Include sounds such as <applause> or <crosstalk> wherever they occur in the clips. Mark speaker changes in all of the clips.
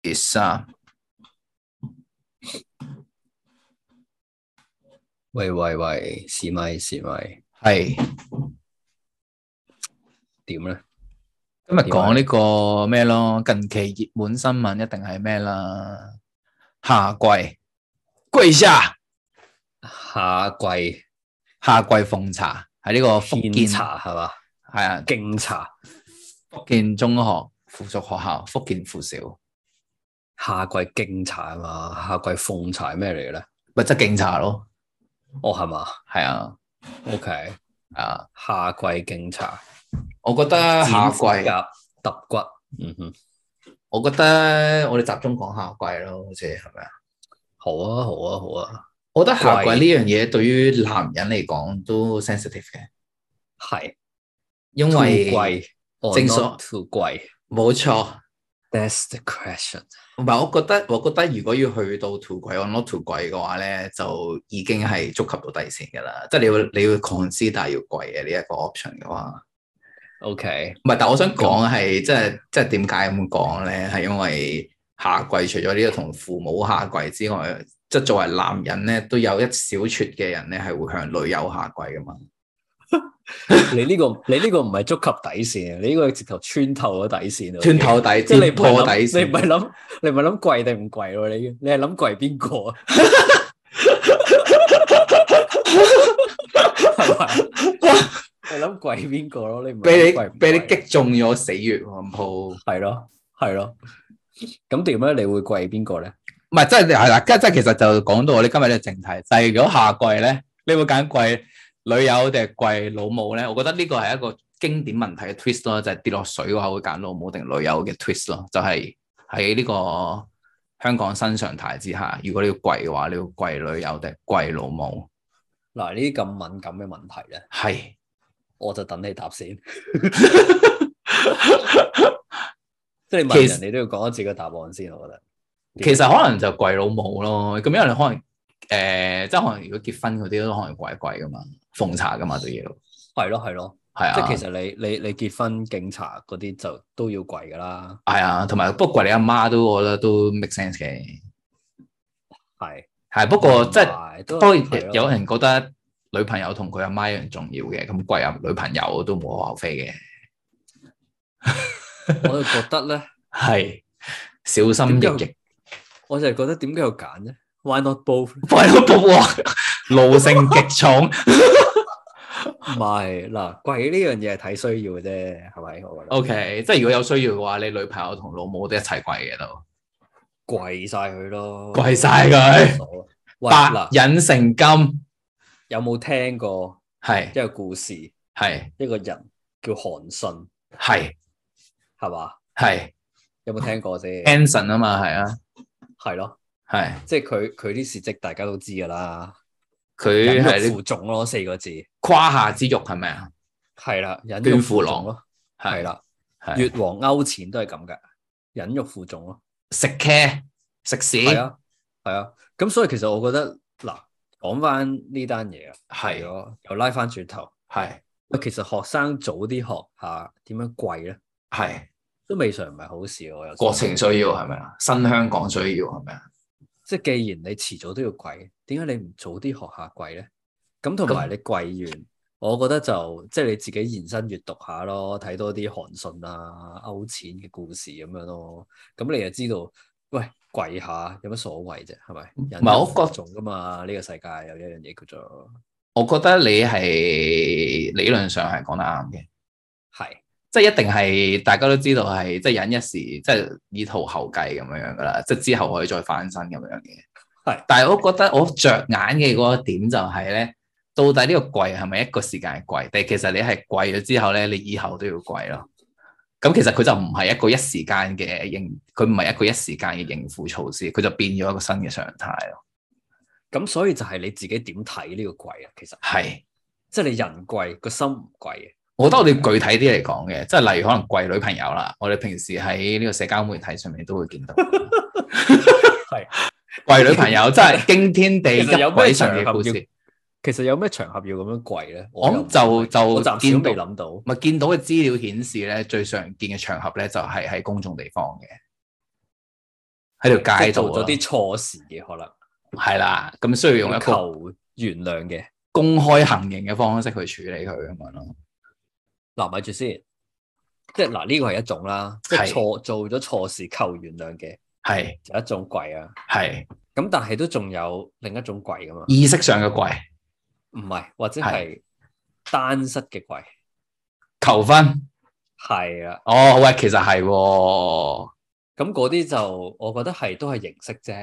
Speaker 1: 跌三。
Speaker 2: 喂喂喂，是咪是咪？
Speaker 1: 係
Speaker 2: 點咧？
Speaker 1: 今日
Speaker 2: 啊
Speaker 1: 講呢個咩咯？近期熱門新聞一定係咩啦？夏季跪下，
Speaker 2: 夏季
Speaker 1: 夏季奉茶喺呢個福建
Speaker 2: 獻茶係嘛？
Speaker 1: 係啊，
Speaker 2: 敬茶，
Speaker 1: 福建中學附屬學校，福建附小，
Speaker 2: 夏季敬茶啊嘛，夏季奉茶係咩嚟嘅咧？
Speaker 1: 咪即係敬茶咯。
Speaker 2: 哦係嘛
Speaker 1: 係啊，
Speaker 2: ？OK，
Speaker 1: 啊，
Speaker 2: 夏季敬茶，
Speaker 1: 我覺得啊夏
Speaker 2: 剪
Speaker 1: 季，
Speaker 2: 指甲揼骨，嗯哼，
Speaker 1: 我覺得我哋集中講夏季咯，好似係咪啊？
Speaker 2: 好啊好啊好啊，
Speaker 1: 我覺得夏季呢樣嘢對於男人嚟講都 sensitive 嘅，
Speaker 2: 係
Speaker 1: 因
Speaker 2: too
Speaker 1: 為
Speaker 2: 貴，or
Speaker 1: 正所
Speaker 2: 哦 not too 貴
Speaker 1: 冇錯。
Speaker 2: ，that's the question。
Speaker 1: 唔係，我覺得我覺得如果要去到土貴 on not 土貴嘅話咧，就已經係觸及到底線㗎啦。即係你要你要 consider 要貴嘅呢一個 option 嘅話， <laughs>
Speaker 2: OK，
Speaker 1: 唔係，但我想講係即係即係點解咁講咧？係因為夏季除咗呢個同父母夏季之外，即係作為男人咧，都有一小撮嘅人咧係會向女友夏季㗎嘛。
Speaker 2: 你呢個你呢個唔係觸及底線，你呢個直頭穿透咗底線啊！
Speaker 1: 斷頭底
Speaker 2: 即係你
Speaker 1: 線
Speaker 2: 唔係
Speaker 1: 破底
Speaker 2: 諗你唔
Speaker 1: 線，
Speaker 2: 係諗，你唔係諗貴定唔貴喎？你你係諗貴邊個啊？係咪？你諗貴邊個咯？你唔係
Speaker 1: 俾
Speaker 2: 諗貴唔
Speaker 1: 你
Speaker 2: 貴
Speaker 1: 俾你擊中咗死穴喎，鋪。
Speaker 2: 係咯係咯。咁點咧？你會貴邊個咧？
Speaker 1: 唔係，即係係啦，即係其實就講到我哋今日嘅正題，就係如果夏季咧，你會揀貴女友定係貴老母咧？我覺得呢個係一個經典問題嘅 twist 咯，就係跌落水嘅話會揀老母定女友嘅 twist 咯，就係喺呢個香港新常態之下，如果你要貴嘅話，你要貴女友定係貴老母？
Speaker 2: 嗱，呢啲咁敏感嘅問題咧，
Speaker 1: 係
Speaker 2: 我就等你
Speaker 1: <laughs>
Speaker 2: 答先。即係你
Speaker 1: 其
Speaker 2: 問
Speaker 1: 實
Speaker 2: 人，你都要講咗自己嘅答案先。我覺得
Speaker 1: 其實可能就貴老母咯，咁因為你可能誒、呃即係可能如果結婚嗰啲都可能貴貴噶嘛，奉茶噶嘛都要，
Speaker 2: 係咯係咯。
Speaker 1: 係啊。
Speaker 2: 即係其實你你你結婚敬茶嗰啲就都要貴㗎啦，
Speaker 1: 係啊，同埋不過你阿媽都，我覺得都 make sense 嘅。
Speaker 2: 係。
Speaker 1: 係不過即係
Speaker 2: 係嗯啊都
Speaker 1: 當
Speaker 2: 係
Speaker 1: 然
Speaker 2: 咯
Speaker 1: 有人覺得女朋友同佢阿媽一樣重要嘅，咁貴啊女朋友都無可厚非嘅。
Speaker 2: <laughs> 我就覺得咧，
Speaker 1: 係小心翼 <laughs> 翼，
Speaker 2: 我就係覺得點解要揀咧？Why not both？呢
Speaker 1: 為咗報鑊，
Speaker 2: <laughs>
Speaker 1: 奴性極重。
Speaker 2: 唔係嗱，貴呢樣嘢係睇需要嘅啫，係咪？我覺得
Speaker 1: O K，即係如果有需要嘅話，你女朋友同老母都一齊貴嘅都，
Speaker 2: 貴晒佢咯，
Speaker 1: 貴晒佢，
Speaker 2: 冇所謂。喂
Speaker 1: 百
Speaker 2: 嗱，
Speaker 1: 忍成金。
Speaker 2: 有冇聽過
Speaker 1: 係
Speaker 2: 一個故事？一
Speaker 1: 係
Speaker 2: 個人叫韓信，
Speaker 1: 係
Speaker 2: 係嘛？
Speaker 1: 係
Speaker 2: 有冇聽
Speaker 1: <laughs>
Speaker 2: 過啫？
Speaker 1: ，Anson 啊嘛，係啊，
Speaker 2: 係咯，
Speaker 1: 係
Speaker 2: 即係佢佢啲事蹟大家都知㗎啦，
Speaker 1: 佢
Speaker 2: 忍辱
Speaker 1: 係呢
Speaker 2: 負重咯，四個字
Speaker 1: 胯下之辱係咪啊？
Speaker 2: 係啦，忍
Speaker 1: 捐
Speaker 2: 辱
Speaker 1: 褲
Speaker 2: 負
Speaker 1: 郎
Speaker 2: 重咯，係
Speaker 1: 係
Speaker 2: 啦，
Speaker 1: 係
Speaker 2: 越王勾踐都係咁㗎，忍辱負重咯。
Speaker 1: 食茄食屎，
Speaker 2: 系啊，系啊，咁所以其實我覺得嗱，講翻呢單嘢啊，
Speaker 1: 係
Speaker 2: 如果又拉翻轉頭，
Speaker 1: 係
Speaker 2: 其實學生早啲學下點樣貴咧，
Speaker 1: 係
Speaker 2: 都未嘗唔係好事喎。我有時
Speaker 1: 國情需要係咪啊？新香港需要係咪啊？
Speaker 2: 即係既然你遲早都要貴，點解你唔早啲學下貴咧？咁同埋你貴完，我覺得就即係你自己延伸閱讀下咯，睇多啲韓信啊、勾踐嘅故事咁樣咯，咁你就知道，喂貴下有乜所謂啫？係咪？
Speaker 1: 唔係我覺
Speaker 2: 各種噶嘛，呢、個世界有一樣嘢叫做。
Speaker 1: 我覺得你係理論上係講得啱嘅，
Speaker 2: 係
Speaker 1: 即係一定係大家都知道係即係忍一時，即係以圖後繼咁樣樣噶啦，即係之後可以再翻身咁樣樣嘅。
Speaker 2: 係
Speaker 1: 但係我覺得我着眼嘅嗰個點就係咧，到底呢個貴係咪一個時間貴？但係其實你係貴咗之後咧，你以後都要貴咯。咁其實佢就唔係一個一時間嘅應，佢唔係一個一時間嘅應付措施，佢就變咗一個新嘅常態咯。
Speaker 2: 咁，所以就係你自己點睇呢個貴啊？其實
Speaker 1: 係，
Speaker 2: 即係你人貴個心唔貴嘅，
Speaker 1: 我覺得我哋具體啲嚟講嘅，即係例如可能貴女朋友啦，我哋平時喺呢個社交媒體上面都會見到。係貴女朋友真係驚天地
Speaker 2: 其實有
Speaker 1: 泣
Speaker 2: 咩
Speaker 1: 鬼神嘅
Speaker 2: 場合
Speaker 1: 故
Speaker 2: 要
Speaker 1: 事。
Speaker 2: 其實有咩場合要咁樣貴咧？
Speaker 1: 我
Speaker 2: 又唔
Speaker 1: 諗就就
Speaker 2: 我暫時都
Speaker 1: 見到
Speaker 2: 未諗到。
Speaker 1: 咪見到嘅資料顯示咧，最常見嘅場合咧就係喺公眾地方嘅，喺條街
Speaker 2: 即係
Speaker 1: 度啊
Speaker 2: 做
Speaker 1: 咯，
Speaker 2: 咗啲錯事嘅可能，
Speaker 1: 係啦，咁需要用一個
Speaker 2: 求原諒嘅。
Speaker 1: 公開行刑嘅方式去處理佢咁樣咯。
Speaker 2: 嗱，咪住先，即係嗱呢個係一種啦，即係
Speaker 1: 係
Speaker 2: 錯做咗錯事求原諒嘅
Speaker 1: 係
Speaker 2: 就一種跪啊。
Speaker 1: 係
Speaker 2: 咁但係都仲有另一種跪噶嘛，
Speaker 1: 意識上嘅跪
Speaker 2: 唔係或者係單膝嘅跪，
Speaker 1: 求婚。
Speaker 2: 係啦。
Speaker 1: 哦，喂，其實係喎，
Speaker 2: 咁嗰啲就我覺得係都係形式啫，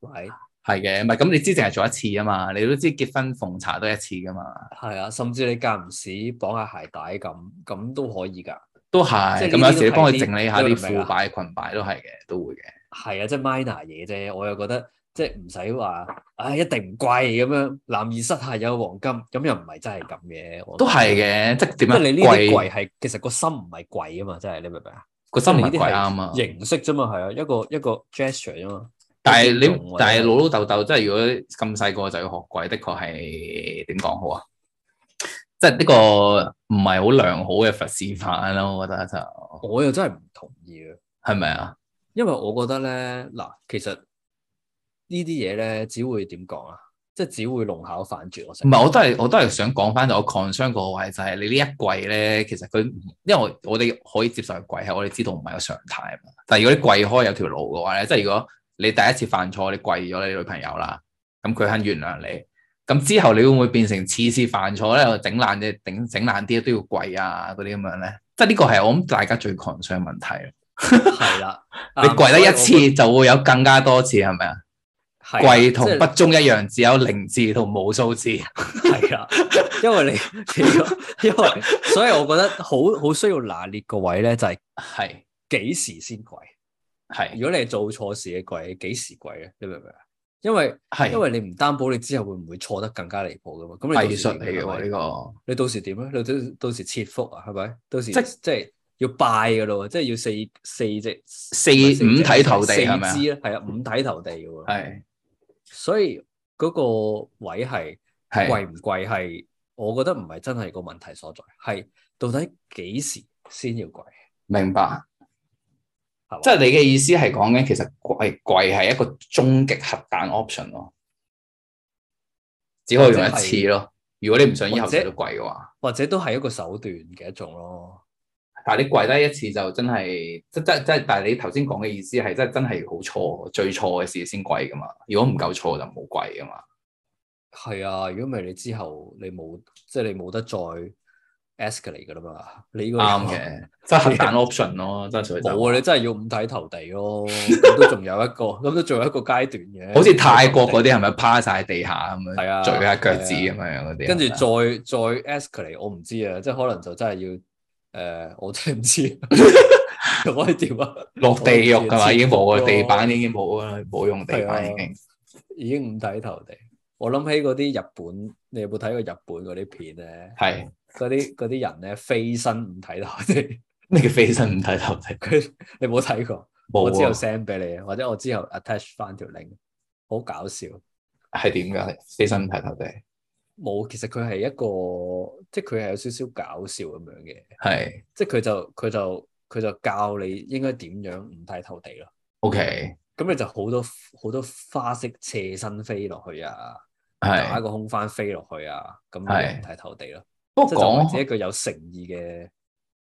Speaker 2: 係
Speaker 1: 係嘅，唔係咁你知淨係做一次啊嘛，你都知結婚奉茶都一次噶嘛，
Speaker 2: 係啊，甚至你間唔時綁下鞋帶咁，咁都可以㗎。
Speaker 1: 都
Speaker 2: 即
Speaker 1: 係
Speaker 2: 係
Speaker 1: 咁
Speaker 2: 呢啲
Speaker 1: 有時你
Speaker 2: 都係
Speaker 1: 幫佢
Speaker 2: 啲
Speaker 1: 整理下
Speaker 2: 你
Speaker 1: 啲
Speaker 2: 明唔明啊
Speaker 1: 褲擺裙擺都係嘅，都會嘅。
Speaker 2: 係啊，即係 minor 嘢啫，我又覺得即係唔使話，唉、一定唔貴咁樣。男兒膝下有黃金，咁又唔係真係咁嘅。我覺
Speaker 1: 都
Speaker 2: 得
Speaker 1: 係嘅，即係
Speaker 2: 即
Speaker 1: 點啊
Speaker 2: 係你呢
Speaker 1: 樣
Speaker 2: 啲
Speaker 1: 跪
Speaker 2: 跪係其實個心唔係跪啊嘛，真係你明唔明啊？
Speaker 1: 個心唔係跪
Speaker 2: 即係呢啲係
Speaker 1: 啱啊！
Speaker 2: 形式啫嘛，係啊，一個一個 gesture 啫嘛。
Speaker 1: 但係
Speaker 2: 一個動
Speaker 1: 你
Speaker 2: 作
Speaker 1: 但係老老豆豆真係如果咁細個就要學跪，的確係點講好啊？即係呢個唔係好良好嘅佛示範咯，我覺得就
Speaker 2: 我又真係唔同意啊，
Speaker 1: 係咪啊？
Speaker 2: 因為我覺得咧嗱，其實呢啲嘢咧只會點講啊，即係只會弄巧反拙我成
Speaker 1: 唔。係，我都係我都係想講翻就我 concern 個位就係你呢一季咧，其實佢唔因為我我哋可以接受嘅跪係我哋知道唔係個常態啊嘛。但係如果你跪開有條路嘅話咧，即係如果你第一次犯錯，你跪咗你女朋友啦，咁佢肯原諒你，咁之後你會唔會變成次次犯錯咧，整爛嘅整整爛啲都要跪啊嗰啲咁樣咧？即係呢個係我諗大家最 concern 問題咯。
Speaker 2: 係啦，
Speaker 1: <laughs> 你跪得一
Speaker 2: 啊所以
Speaker 1: 次就會有更加多次係咪啊？
Speaker 2: 我覺得，係啊
Speaker 1: 跪
Speaker 2: 即
Speaker 1: 同
Speaker 2: 係
Speaker 1: 不忠一樣，只有零字同無數字。
Speaker 2: 係
Speaker 1: 啊
Speaker 2: 啦，因為你你 <laughs> 個因為所以我覺得好好需要拿捏個位咧，就係
Speaker 1: 係
Speaker 2: 幾時先跪。
Speaker 1: 係
Speaker 2: 如果你係做錯事嘅跪，幾時跪咧？你明唔明啊？因為
Speaker 1: 係
Speaker 2: 因。為你唔擔保你之後會唔會錯得更加離譜噶嘛？咁你到
Speaker 1: 藝
Speaker 2: 時
Speaker 1: 術嚟
Speaker 2: 點
Speaker 1: 嘅
Speaker 2: 啊
Speaker 1: 喎呢個，
Speaker 2: 你到時點啊咧？你到到時切腹啊？係咪？到時
Speaker 1: 即
Speaker 2: 即即係要拜噶咯喎，即係要四四隻
Speaker 1: 四
Speaker 2: 唔係
Speaker 1: 五
Speaker 2: 隻
Speaker 1: 體投地
Speaker 2: 四
Speaker 1: 係咪啊
Speaker 2: 支咧，係啊，五體投地嘅喎。
Speaker 1: 係
Speaker 2: 所以嗰個位係
Speaker 1: 係
Speaker 2: 貴唔貴係，我覺得唔係真係個問題所在，係到底幾時先要貴？
Speaker 1: 明白，
Speaker 2: 係嘛
Speaker 1: 即係你嘅意思係講緊其實貴貴係一個終極核彈 option 咯，只可以用一次咯。如果你唔想以後
Speaker 2: 或者
Speaker 1: 成日都貴嘅話，
Speaker 2: 或者都係一個手段嘅一種咯。
Speaker 1: 但係你貴低一次就真係即即即但係你頭先講嘅意思係真真係好錯最錯嘅事先貴噶嘛，如果唔夠錯就冇貴噶嘛。
Speaker 2: 係啊，如果唔係你之後你冇，即係你冇得再 escalate 噶啦嘛。你呢個啊
Speaker 1: 啱嘅，即係核彈 option 咯，真係所以就
Speaker 2: 冇啊！你真係要五體投地咯，咁都仲有一個， <laughs> 咁都仲有一個階段嘅。
Speaker 1: 好似泰國嗰啲係咪趴晒地下咁
Speaker 2: 係啊
Speaker 1: 樣，聚下腳趾咁樣嗰啲，啊
Speaker 2: 跟住
Speaker 1: 係咪
Speaker 2: 再再 escalate，我唔知啊，即係可能就真係要誒、呃我真係唔知，
Speaker 1: <laughs>
Speaker 2: 又可以點啊？
Speaker 1: 落地獄㗎嘛，已經冇
Speaker 2: 切
Speaker 1: 啊，
Speaker 2: 腹咯
Speaker 1: 地板已經冇啊，冇用地板已
Speaker 2: 係
Speaker 1: 經。
Speaker 2: 已經五體投地。我諗起嗰啲日本，你有冇睇過日本嗰啲片咧？
Speaker 1: 係
Speaker 2: 嗰啲嗰啲人咧飛身五體投地， <laughs>
Speaker 1: 咩叫飛身五體投地？
Speaker 2: 佢你冇睇過？我之
Speaker 1: 冇
Speaker 2: 後
Speaker 1: 啊
Speaker 2: send 俾你，或者我之後 attach 翻條 link，好搞笑。
Speaker 1: 啊，係點㗎？飛身五體投地
Speaker 2: 冇，其實佢係一個，即係佢係有少少搞笑咁樣嘅，
Speaker 1: 係
Speaker 2: 即係佢就佢就佢就教你應該點樣五體投地咯。
Speaker 1: OK
Speaker 2: 咁你就好多好多花式斜身飛落去啊，打
Speaker 1: 係。
Speaker 2: 個空翻飛落去啊，咁
Speaker 1: 係
Speaker 2: 樣五體投地咯。
Speaker 1: 不
Speaker 2: 即係就為
Speaker 1: 過
Speaker 2: 止
Speaker 1: 講
Speaker 2: 一個有誠意嘅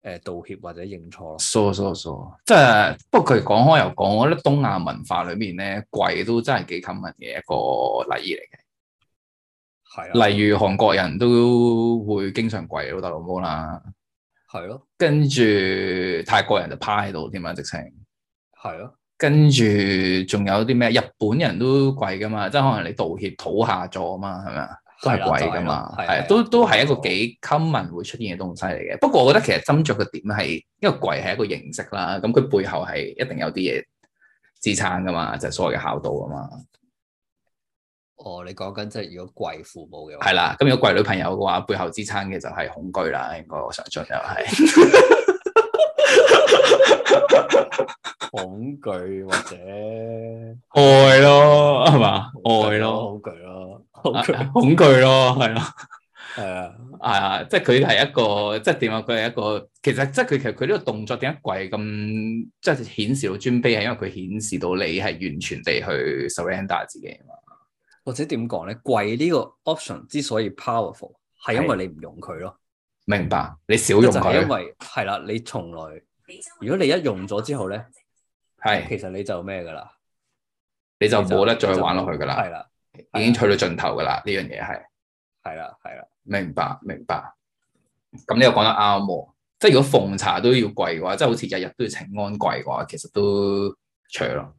Speaker 2: 誒道歉或者認錯咯。
Speaker 1: 傻傻傻，即係不過佢講開又講，我覺得東亞文化裏面咧，跪都真係幾 common 嘅一個禮儀嚟
Speaker 2: 係
Speaker 1: 嘅。
Speaker 2: 啊，
Speaker 1: 例如韓國人都會經常跪老豆老母啦，
Speaker 2: 係咯，
Speaker 1: 跟住泰國人就趴喺度添啊，直情。
Speaker 2: 係咯，
Speaker 1: 跟住仲有啲咩？日本人都跪噶嘛，即係可能你道歉討下座啊嘛，係咪啊？都係跪噶嘛，
Speaker 2: 係啦就係啦係
Speaker 1: 係
Speaker 2: 啊
Speaker 1: 都都係一個幾 common 會出現嘅東西嚟嘅。不過我覺得其實斟酌嘅點係，因為跪係一個形式啦，咁佢背後係一定有啲嘢支撐噶嘛，就係、所謂嘅孝道啊嘛，
Speaker 2: 哦，你講緊即係如果跪父母嘅話，
Speaker 1: 係啦。咁如果跪女朋友嘅話，背後支撐嘅就係恐懼啦，應該我相信就 <laughs> 係
Speaker 2: 恐懼或者
Speaker 1: 愛咯，係嘛？愛咯，啊
Speaker 2: 恐懼咯，恐
Speaker 1: <laughs>
Speaker 2: 懼
Speaker 1: 恐懼咯，係咯。
Speaker 2: 系啊，
Speaker 1: 啊，即係佢係一個，即係點啊？佢係一個，其實即係佢其實佢呢個動作點解貴咁，即係顯示到尊卑，係因為佢顯示到你係完全地去 surrender 自己啊嘛。
Speaker 2: 或者點講咧？貴呢個 option 之所以 powerful，係因為你唔用佢咯，
Speaker 1: 明白？你少
Speaker 2: 就
Speaker 1: 用
Speaker 2: 係因
Speaker 1: 佢，
Speaker 2: 為係啦，你從來
Speaker 3: 如果你一用咗之後咧，
Speaker 1: 係
Speaker 2: 其實你就咩噶啦，
Speaker 1: 你就冇得再玩落去噶啦，
Speaker 2: 係啦，
Speaker 1: 已經去到盡頭噶啦，呢樣嘢係。
Speaker 2: 係啦，係啦，
Speaker 1: 明白明白。咁呢個講得啱喎，即係如果奉茶都要跪嘅話，即係好似日日都要請安跪嘅話，其實都除咯，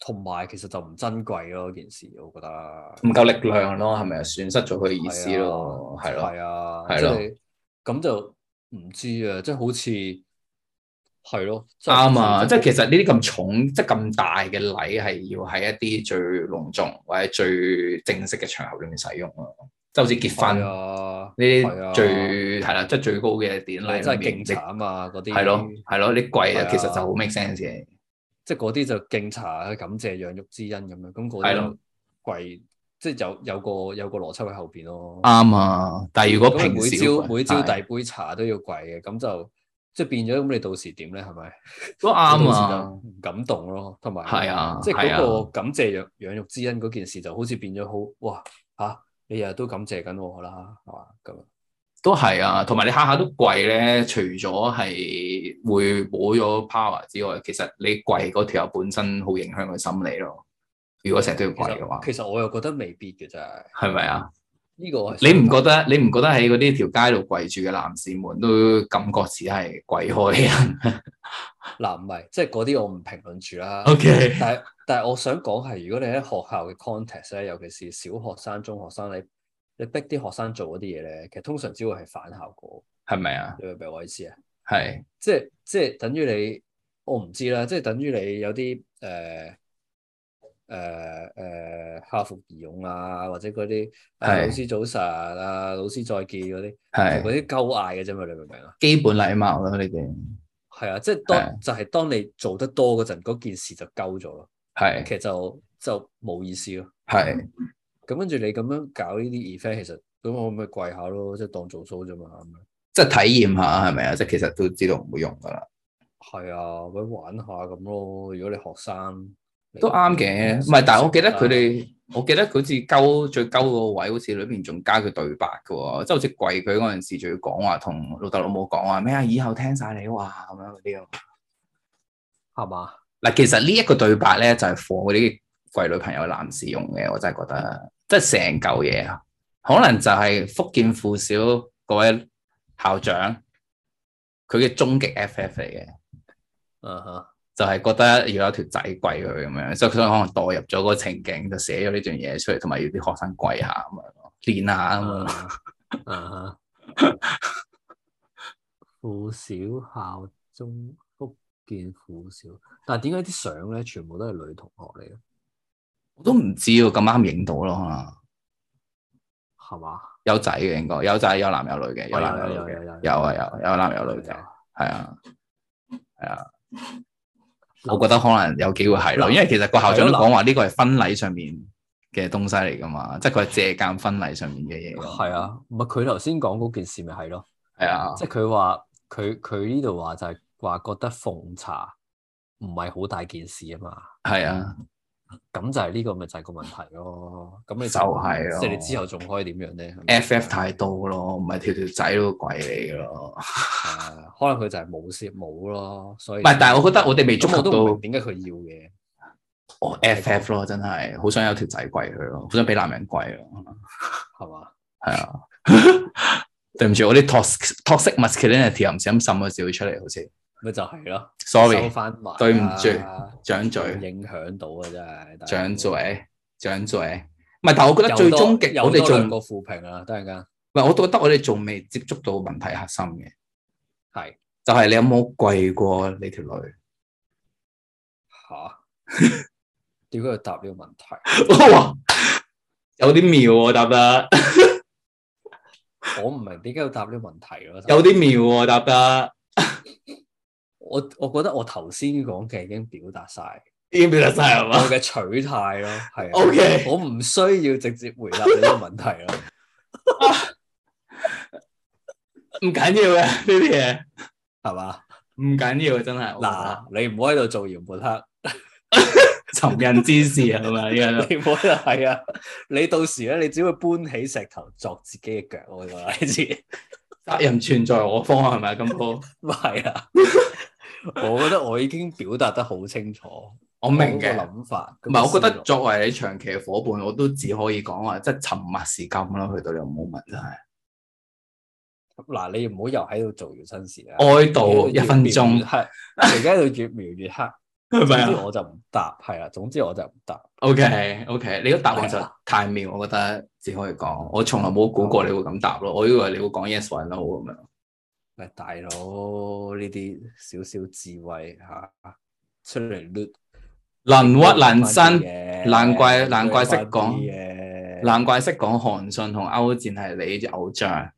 Speaker 2: 同埋其實就唔珍貴咯，件事我覺得
Speaker 1: 唔夠力量咯，係咪啊？損失咗佢嘅意思咯，係咯，
Speaker 2: 係啊，
Speaker 1: 係
Speaker 2: 即
Speaker 1: 咯
Speaker 2: 係咁就唔知啊，即係好似係咯，即係
Speaker 1: 啱啊！即係其實呢啲咁重、即係咁大嘅禮係要喺一啲最隆重或者最正式嘅場合裏面使用咯，即係好似結婚
Speaker 2: 係
Speaker 1: 呢
Speaker 2: 啊，係啊
Speaker 1: 啲最係啦，即係最高嘅典禮
Speaker 2: 真
Speaker 1: 裏
Speaker 2: 係
Speaker 1: 面，
Speaker 2: 敬茶
Speaker 1: 你
Speaker 2: 啊嘛，嗰啲
Speaker 1: 係咯係咯，你跪
Speaker 2: 係
Speaker 1: 啊
Speaker 2: 啊，
Speaker 1: 其實就好 make sense 嘅。
Speaker 2: 即係嗰啲就敬茶感謝養育之恩咁樣，咁嗰
Speaker 1: 係
Speaker 2: 啲
Speaker 1: 咯
Speaker 2: 就貴，即係有有個有個邏輯喺後邊咯。
Speaker 1: 啱啊！但係如果
Speaker 2: 咁
Speaker 1: 平
Speaker 2: 每
Speaker 1: 時
Speaker 2: 朝每朝
Speaker 1: 係
Speaker 2: 第二杯茶都要跪嘅，咁就即係變咗咁，你到時點咧？係咪？
Speaker 1: 都
Speaker 2: 咁
Speaker 1: 啱
Speaker 2: 到時就
Speaker 1: 啊，
Speaker 2: 唔感動咯，同埋
Speaker 1: 係啊，
Speaker 2: 即係
Speaker 1: 係
Speaker 2: 嗰個
Speaker 1: 啊，
Speaker 2: 感謝養養育之恩嗰件事，就好似變咗好哇嚇、你日日都感謝緊我啦，係嘛咁啊？
Speaker 1: 都係啊，同埋你下下都跪咧，除咗係會冇咗 power 之外，其實你跪嗰條友本身好影響佢心理咯。如果成日都要
Speaker 2: 其
Speaker 1: 跪嘅話
Speaker 2: 實，其實我又覺得未必嘅真係，
Speaker 1: 係咪啊？
Speaker 2: 呢、個我係
Speaker 1: 你唔覺得你唔覺得喺嗰啲條街度跪住嘅男士們都感覺似係跪開啊人
Speaker 2: 嗱唔係，即係嗰啲我唔評論住啦。
Speaker 1: <laughs> ？OK，
Speaker 2: 但係但係我想講係，如果你喺學校嘅 context 咧，尤其是小學生、中學生，你你逼啲學生做嗰啲嘢咧，其實通常只會係反效果。
Speaker 1: 係咪啊？
Speaker 2: 你明唔明我意思啊？
Speaker 1: 係
Speaker 2: 即係即係等於你，我唔知啦，即係等於你有啲呃誒誒誒校呃服儀容啊，或者嗰啲啊
Speaker 1: 係
Speaker 2: 老師早晨啊，老師再見嗰啲，
Speaker 1: 係
Speaker 2: 係嗰啲鳩嗌嘅啫嘛，你明唔明啊？
Speaker 1: 基本禮貌咯，你哋
Speaker 2: 係啊，即係當
Speaker 1: 係
Speaker 2: 就係當你做得多嗰陣，嗰件事就鳩咗咯，
Speaker 1: 係
Speaker 2: 其實就就冇意思咯。
Speaker 1: 係
Speaker 2: 咁跟住你咁樣搞呢啲 event，其實咁我咪跪下咯，即係當做 show 啫嘛。咁樣
Speaker 1: 即係體驗下係咪啊？即係其實都知道唔會用噶啦。
Speaker 2: 係啊，咪玩下咁咯。如果你學生
Speaker 1: 都啱
Speaker 2: 嗯
Speaker 1: 嘅，唔係，但係我記得佢哋，我記得佢好似鳩最鳩個位，好似裏邊仲加佢對白嘅喎，即係好似跪佢嗰陣時，仲要講話同老豆老母講話咩啊，以後聽晒你話咁樣嗰啲咯。
Speaker 2: 係嘛？
Speaker 1: 嗱，其實呢一個對白咧，就係放嗰啲跪女朋友男士用嘅，我真係覺得，即係成嚿嘢啊，可能就係福建附小嗰位校長，佢嘅終極 FF 嚟嘅。
Speaker 2: 嗯哼，
Speaker 1: 就係覺得要有條仔跪佢咁樣，所以佢可能代入咗嗰個情景，就寫咗呢段嘢出嚟，同埋要啲學生跪下咁樣咯，練下咁樣
Speaker 2: 嗯
Speaker 1: 咯。
Speaker 2: 哼嗯哼，
Speaker 1: <laughs>
Speaker 2: 附小校中福建附小，但係點解啲相咧全部都係女同學嚟嘅？
Speaker 1: 我都唔知喎，咁啱影到咯，可能
Speaker 2: 係嘛？
Speaker 1: 有仔嘅應該，有仔有男有女嘅，有男
Speaker 2: 有
Speaker 1: 有
Speaker 2: 有
Speaker 1: 女
Speaker 2: 有
Speaker 1: 嘅，
Speaker 2: 有
Speaker 1: 有啊有有男有女嘅，係啊係啊。我覺得可能有機會係咯，因為其實個校長都講話呢個係婚禮上面嘅東西嚟噶嘛，即係佢係借鑑婚禮上面嘅嘢咯。
Speaker 2: 係啊，唔係佢頭先講嗰件事咪係咯。
Speaker 1: 係啊，
Speaker 2: 即係佢話佢佢呢度話就係話覺得奉茶唔係好大件事啊嘛，
Speaker 1: 係啊，
Speaker 2: 咁就係呢個咪就係個問題咯。咁你
Speaker 1: 就係咯
Speaker 2: 即係你之後仲可以點樣咧
Speaker 1: FF 太多咯，唔係條條仔都跪你㗎咯。
Speaker 2: 係呃可能佢就係冇攝冇咯，所以
Speaker 1: 唔係，但係我覺得我哋未觸
Speaker 2: 咁
Speaker 1: 及
Speaker 2: 我都唔
Speaker 1: 到
Speaker 2: 明點解佢要嘅。
Speaker 1: 哦 FF 咯，真係好想有條仔跪佢咯，好想俾男人跪咯，
Speaker 2: 係嘛？
Speaker 1: 係啊。 <laughs> 對唔住，我啲 toxic toxic masculinity 又唔小心滲咗少出嚟，好似
Speaker 2: 咪就係咯收
Speaker 1: sorry，
Speaker 2: 翻埋啦啊
Speaker 1: 對唔住掌嘴，
Speaker 2: 影響到啊！真係
Speaker 1: 掌嘴，掌嘴。唔係，但係我覺得最
Speaker 2: 又多
Speaker 1: 終極，
Speaker 2: 又
Speaker 1: 我哋
Speaker 2: 多
Speaker 1: 仲
Speaker 2: 兩個
Speaker 1: 唔
Speaker 2: 負評啊！突然間
Speaker 1: 係，我覺得我哋仲未接觸到問題核心嘅，
Speaker 2: 係
Speaker 1: 就係你有冇跪過你條女？ <laughs>
Speaker 2: 吓，點解要答呢個問題？
Speaker 1: 哇，有啲妙喎，答
Speaker 2: <laughs>
Speaker 1: 得
Speaker 2: 我唔明點解要答呢個問題咯。
Speaker 1: 有啲妙喎，答得
Speaker 2: 我我覺得我頭先講嘅已經表達
Speaker 1: <laughs>
Speaker 2: 晒
Speaker 1: 已經表達晒係
Speaker 2: 我
Speaker 1: 嘛
Speaker 2: 嘅取態咯，係啊
Speaker 1: ？OK。
Speaker 2: 我唔需要直接回答你呢個問題咯。
Speaker 1: 唔緊要嘅呢啲嘢，
Speaker 2: 係嘛？
Speaker 1: 唔緊要嘅真係。嗱，
Speaker 2: 嗱，你唔好喺度做謠抹黑。
Speaker 1: <laughs> 尋人之事啊，係咪依家都？
Speaker 2: <laughs> 你冇得係啊！你到時咧，你只會搬起石頭作自己嘅腳，我話你知， <laughs>
Speaker 1: 責任存在我方係咪啊？金波，
Speaker 2: 咪係啊！我覺得我已經表達得好清楚，
Speaker 1: 我明
Speaker 2: 我嗰
Speaker 1: 嘅
Speaker 2: 個。諗法。
Speaker 1: 唔係，我覺得
Speaker 2: 做
Speaker 1: 作為你長期嘅伙伴，我都只可以講話，即係沉默是金啦。去到你有冇問真係
Speaker 2: 嗱，你唔好又喺度做完新事啦。
Speaker 1: 哀悼一分鐘，
Speaker 2: 係而家喺度越描越
Speaker 1: <laughs>
Speaker 2: 黑，
Speaker 1: 係咪
Speaker 2: 總之
Speaker 1: 啊
Speaker 2: 我就唔答，係啦。總之我就唔答。
Speaker 1: ？OK OK，你個答案就太妙，我覺得只可以講。我從來冇估過你會咁答咯，我以為你會講 yes 或 no 咁樣。
Speaker 2: 喂，大佬呢啲少少智慧嚇，出嚟 l
Speaker 1: 能屈能伸，
Speaker 2: 伸
Speaker 1: 難怪難怪識講
Speaker 2: 嘅。
Speaker 1: 難怪識講韓信同歐戰係你嘅偶像。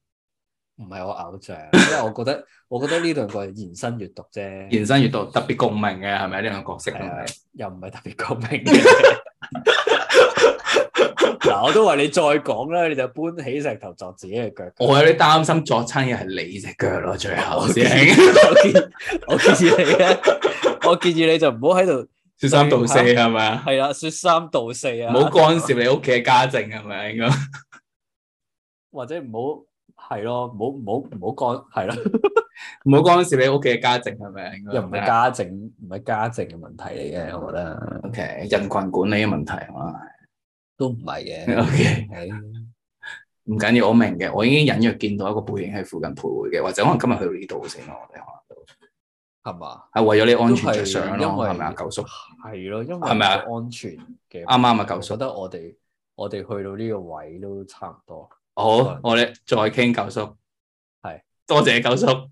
Speaker 2: 唔係我偶像，因為我覺
Speaker 1: <laughs>
Speaker 2: 得我覺得呢兩個係延伸閱讀啫，
Speaker 1: 延伸閱讀特別共鳴嘅係咪呢兩個角色？
Speaker 2: 係啊，又唔係特別講明嘅。 <laughs> 嗱，我都話你再講啦，你就搬起石頭作自己嘅腳。
Speaker 1: 我有啲擔心作親嘅係你只腳咯，最後
Speaker 2: 我
Speaker 1: 師
Speaker 2: 建
Speaker 1: 兄
Speaker 2: 議我建議你咧，我建議你就唔好喺度
Speaker 1: 說三道
Speaker 2: <laughs>
Speaker 1: 四係咪啊？
Speaker 2: 係啦，説三道四啊，
Speaker 1: 唔好干涉你屋企嘅家政係咪啊？應該
Speaker 2: 或者唔好係咯，唔好唔好唔好干係咯，
Speaker 1: 唔好干涉你屋企嘅家政係咪啊？應該
Speaker 2: 又唔係家政唔係家政嘅問題嚟嘅，我覺得
Speaker 1: OK 人群管理嘅問題啊。
Speaker 2: 都唔係嘅。
Speaker 1: OK
Speaker 2: 係
Speaker 1: 唔緊要，我明嘅，我已經隱約見到一個背影喺附近徘徊嘅，或者可能今日去到呢度先咯，我哋可
Speaker 2: 係嘛？
Speaker 1: 能係為咗你安全着想
Speaker 2: 都係因
Speaker 1: 咯，
Speaker 2: 為
Speaker 1: 係咪啊？九叔啱
Speaker 2: 係咯，因為
Speaker 1: 係咪啊
Speaker 2: 個安全嘅
Speaker 1: 啱啊，
Speaker 2: 我
Speaker 1: 九
Speaker 2: 覺
Speaker 1: 叔
Speaker 2: 得我哋我哋去到呢個位都差唔多。
Speaker 1: 好，我哋再傾九叔，
Speaker 2: 係
Speaker 1: 多謝九叔。